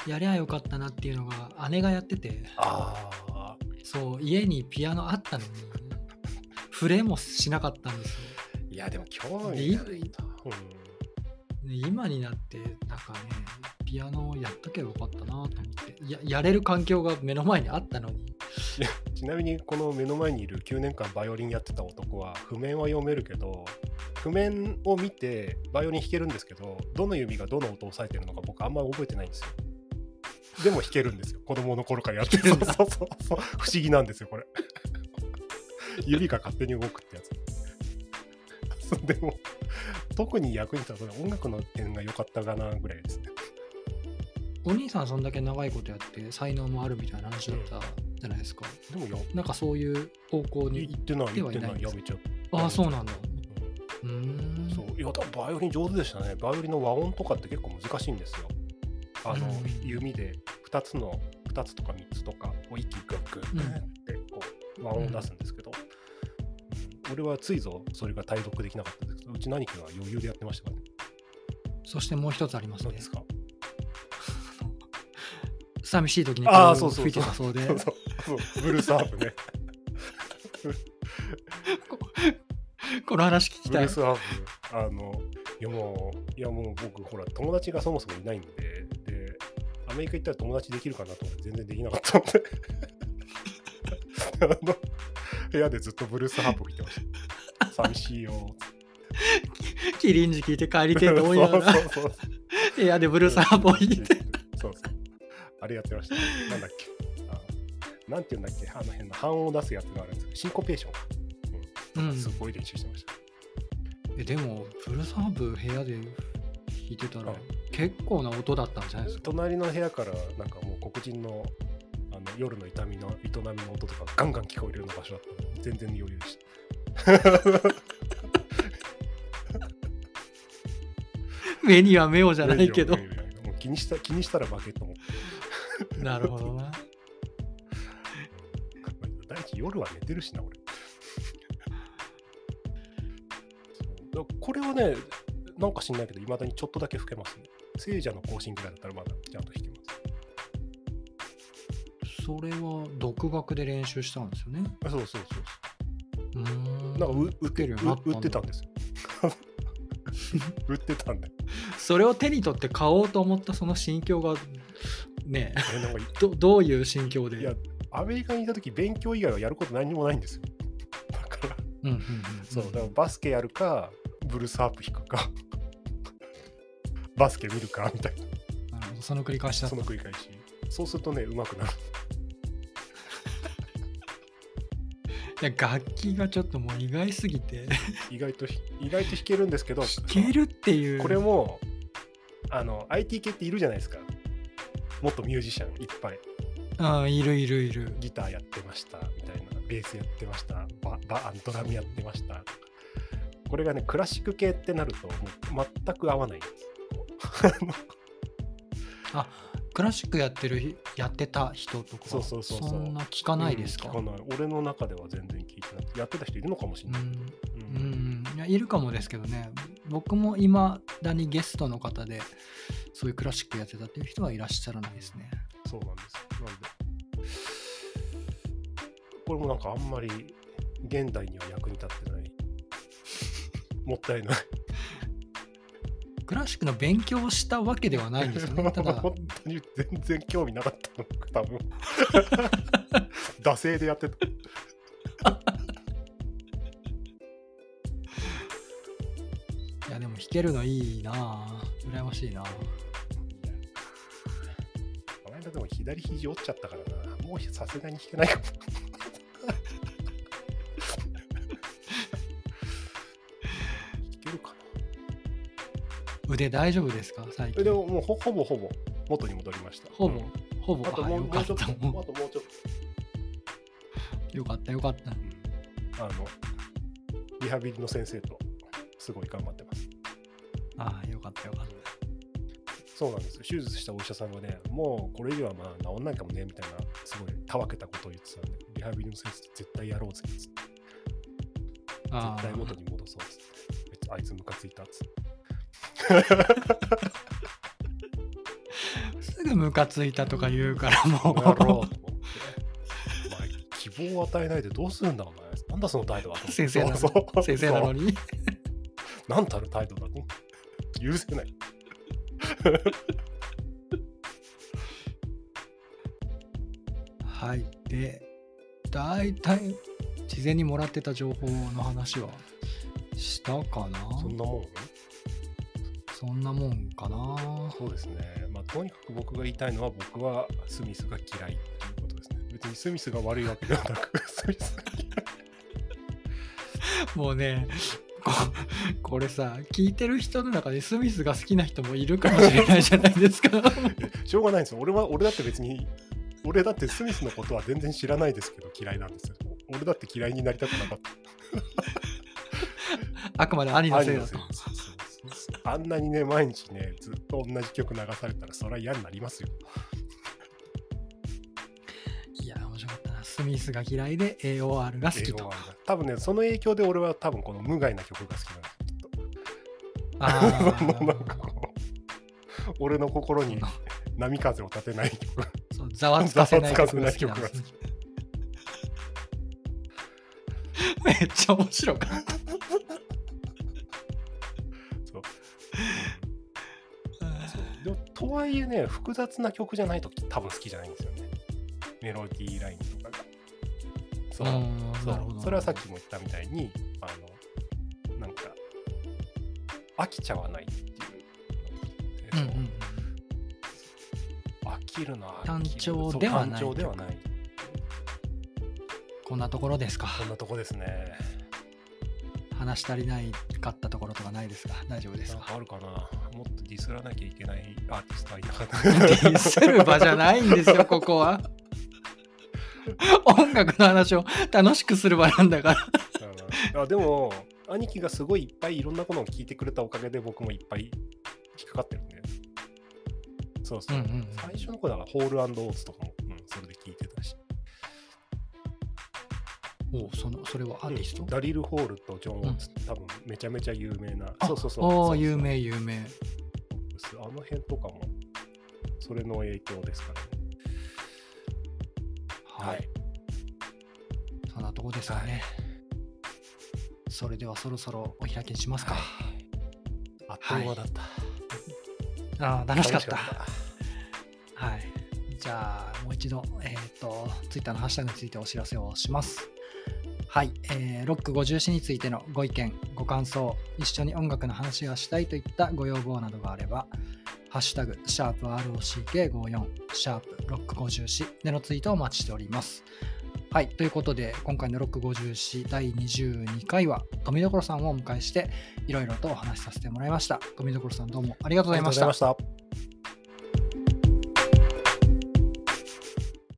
S1: やりゃよかったなっていうのが姉がやってて
S2: ああ。
S1: そう家にピアノあったのに触れもしなかったんです
S2: いや、でも興
S1: 味
S2: 味
S1: が
S2: が
S1: な
S2: ないい
S1: よで今になってなんかねピアノをやっとけばよかったなと思ってややれる環境が目の前にあったのに
S2: ちなみに、この目の前にいる9年間バイオリンやってた男は、譜面は読めるけど、譜面を見て、バイオリン弾けるんですけど、どの指がどの音を押さえてるのか僕あんまり覚えてないんですよ。でも弾けるんですよ。子供の頃からやってる。
S1: 弾
S2: そ
S1: けるんだ
S2: うそうそう。不思議なんですよ、これ。指が勝手に動くってやつ。そうでも、特に役に立たない音楽の点が良かったかなぐらいですね。
S1: お兄さんそんだけ長いことやって才能もあるみたいな話だったじゃないですか、
S2: でもや、
S1: なんかそういう方向に
S2: 言ってない、
S1: て
S2: 言
S1: は
S2: っ
S1: いな
S2: て
S1: い
S2: ない、やめちゃう。
S1: ああそうなんだ
S2: うん
S1: うーん
S2: そういや多分バイオリン上手でしたねバイオリンの和音とかって結構難しいんですよあの、
S1: うん
S2: 弓で2つの2つとか3つとかを一気にグッグッグッってこう和音を出すんですけど、うん俺はついぞそれが体読できなかったんですけどうちの兄貴は余裕でやってましたからね
S1: そしてもう一つあります
S2: 何
S1: ね
S2: ですか
S1: 寂しい時にこ
S2: あー
S1: う
S2: そうそうそう
S1: 吹いてたそうで
S2: そうそうそうブルースハープね
S1: この話聞き
S2: ブ
S1: た
S2: ル
S1: い
S2: ースハープあのいやもういやもう僕ほら友達がそもそもいないんででアメリカ行ったら友達できるかなと思って全然できなかったんで あの部屋でずっとブルースハープを弾いてました寂しいよ
S1: キリンジ聞いて帰りてえと思いながら
S2: そうそうそう
S1: 部屋でブルース・ハーボーイって。
S2: そうそう。あれやってました。なんだっけ。あなんていうんだっけ。あの辺の半音を出すやつがあるんですけどシンコペーション。
S1: うん、
S2: すごい練習してました。
S1: えでもブルースハーブ部屋で弾いてたら
S2: はい
S1: 結構な音だったんじゃないですか
S2: 隣の部屋からなんかもう黒人のあの夜の痛みの営みの音とかガンガン聞こえるような場所だったので全然余裕でした。
S1: 目には目をじゃないけど
S2: 全然余裕もう気にした気にしたら負けと思って。
S1: なるほどな
S2: 第一夜は寝てるしな俺そうだこれはねなんか知んないけどいまだにちょっとだけ吹けますね聖者の更新ぐらいだったらまだちゃんと弾けます
S1: それは独学で練習したんですよね
S2: あそうそうそうそう
S1: ーん
S2: うなんかう売っ
S1: 吹け
S2: て
S1: るよ
S2: る
S1: うになったんだ
S2: 売ってたんですよ 売ってたんだよ
S1: それを手に取って買おうと思ったその心境がねえ
S2: えなんかい
S1: どどういう心境で
S2: いやアメリカにいた時勉強以外はやること何にもないんですよだから
S1: うんうんうん、
S2: そうだからバスケやるかブルースハープ弾くか バスケ見るかみたいな
S1: なるほどその繰り返しだっ
S2: そ
S1: た
S2: の繰り返しそうするとねうまくなる
S1: いや楽器がちょっともう意外すぎて
S2: 意外とひ意外と弾けるんですけど
S1: 弾けるってい
S2: そうのこれもあの IT 系っているじゃないですかもっとミュージシャンいっぱい
S1: あいるいるいる
S2: ギターやってましたみたいなベースやってましたババあのドラムやってましたこれがねクラシック系ってなるともう全く合わないんですこうあの
S1: クラシックやってるひやってた人とか
S2: そうそうそうそうん
S1: な聞かないですか、
S2: うん聞かない俺の中では全然聞いてないやってた人いるのかもしれない、
S1: うん
S2: う
S1: うんうんいやいるかもですけどね僕もいまだにゲストの方でそういうクラシックやってたっていう人はいらっしゃらないですね
S2: そうなんですよ。なんで、これもなんかあんまり現代には役に立って ない。もったいない。
S1: クラシックの勉強をしたわけではないんです よ ねただ
S2: 本当に全然興味なかったの、多 分。惰性でやってた。
S1: いやでも弾けるのいいなあ羨ましいなあ
S2: この間でも左肘折っちゃったからな。もうさすがに弾けない かも。弾けるかな
S1: 腕大丈夫ですか最
S2: え
S1: 近
S2: でももうほほぼほぼ元に戻りました。
S1: ほ
S2: う
S1: ぼ
S2: ん
S1: ほぼ
S2: あと
S1: あ
S2: もう
S1: よ
S2: も
S1: か
S2: う
S1: っ
S2: ちょっと、
S1: た
S2: あと
S1: も
S2: もうちょっと。
S1: うよかったよかった
S2: あの、リハビリの先生と、すごい頑張ってます。
S1: ああよかったよかった
S2: そうなんですよ。手術したお医者さんがね、もうこれ以上はまあ治んないかもね、みたいな、すごいたわけたことを言ってたんで、リハビリの先生と絶対やろうぜ、つって
S1: ああ
S2: 絶対元に戻そう、つって。あいつムカついた、つって。
S1: すぐムカついたとか言うから
S2: この野郎と
S1: も
S2: 思って。お前希望を与えないでどうするんだお前なんだその態度はと思
S1: う
S2: って
S1: 先生な
S2: そう
S1: の
S2: そ
S1: に
S2: う
S1: 先生なのに
S2: なんたる態度だね。許せない。
S1: はいで大体事前にもらってた情報の話はしたかな
S2: そんなもん
S1: そんなもんかな
S2: そうですね。まあ、とにかく僕が言いたいのは、僕はスミスが嫌いということですね。別にスミスが悪いわけではなく、スミスが嫌い。
S1: もうねここれさ聞いてる人の中でスミスが好きな人もいるかもしれないじゃない ですか
S2: しょうがないんですよ。俺は、俺だって別に、俺だってスミスのことは全然知らないですけど、嫌いなんですよ。俺だって嫌いになりたくなかった。
S1: あくまで兄のせいだ
S2: そ
S1: と
S2: うそうそうそうあんなにね、毎日ね、ずっと同じ曲流されたら、それは嫌になりますよ。
S1: いや面白かったなスミスが嫌いで AOR が好き
S2: 英語
S1: と
S2: は多分ね、その影響で俺は多分この無害な曲が好きなんですよきっと。
S1: あ
S2: そのなんか
S1: ー
S2: こう俺の心に波風を立てない曲が
S1: そうざわつかせない曲が好き
S2: ざ
S1: な
S2: わ
S1: んで
S2: つかせない曲が好
S1: す
S2: き
S1: ねめっちゃ面白かっ
S2: そう
S1: た
S2: そうでもとはいえね複雑な曲じゃないと多分好きじゃないんですよねメロディーラインとかがそう
S1: うん
S2: そ
S1: なるほど
S2: うそれはさっきも言ったみたいにあのなんか飽きちゃわないっていうその
S1: うんうんうん
S2: 飽きるな飽きる
S1: 単調ではない
S2: そう単調ではない
S1: こんなところですか
S2: こんなとこですね
S1: 話し足りないかったところとかないですか大丈夫です
S2: なん
S1: か
S2: かあるかなもっとディスらなきゃいけないアーティストはいなかった
S1: ディスる場じゃないんです よ、ここは。音楽の話を楽しくする場なんだから。
S2: あでも兄貴がすごいいっぱいいろんなことを聞いてくれたおかげで僕もいっぱい引っかかってるんでそうそう、
S1: うんうんうん
S2: 最初の頃はホールオーツとかも、うん、それで聞いてたし
S1: おうそのそれはアーティスト、
S2: うんダリル・ホールとジョン・オーツって多分めちゃめちゃ有名な、そうそうそう
S1: お
S2: そうそう
S1: ー有名、有名。
S2: あの辺とかもそれの影響ですかね
S1: はい。そんなとこですかね。それではそろそろお開きにしますか。
S2: あっという間だった、
S1: ああ、楽しかった。
S2: 楽しかった
S1: はい。じゃあ、もう一度、えっ、と、ツイッターのハッシュタグについてお知らせをします。はい、えーロック54についてのご意見、ご感想、一緒に音楽の話がしたいといったご要望などがあれば、ハッシュタグ、シャープ ROCK54、シャープロック54でのツイートをお待ちしております。はい、ということで、今回のロック54第22回は、富所さんをお迎えして、いろいろとお話しさせてもらいました。富所さん、どうもありがとうござい
S2: ありがとう
S1: ま
S2: ご
S1: し
S2: ざい
S1: た
S2: ま。した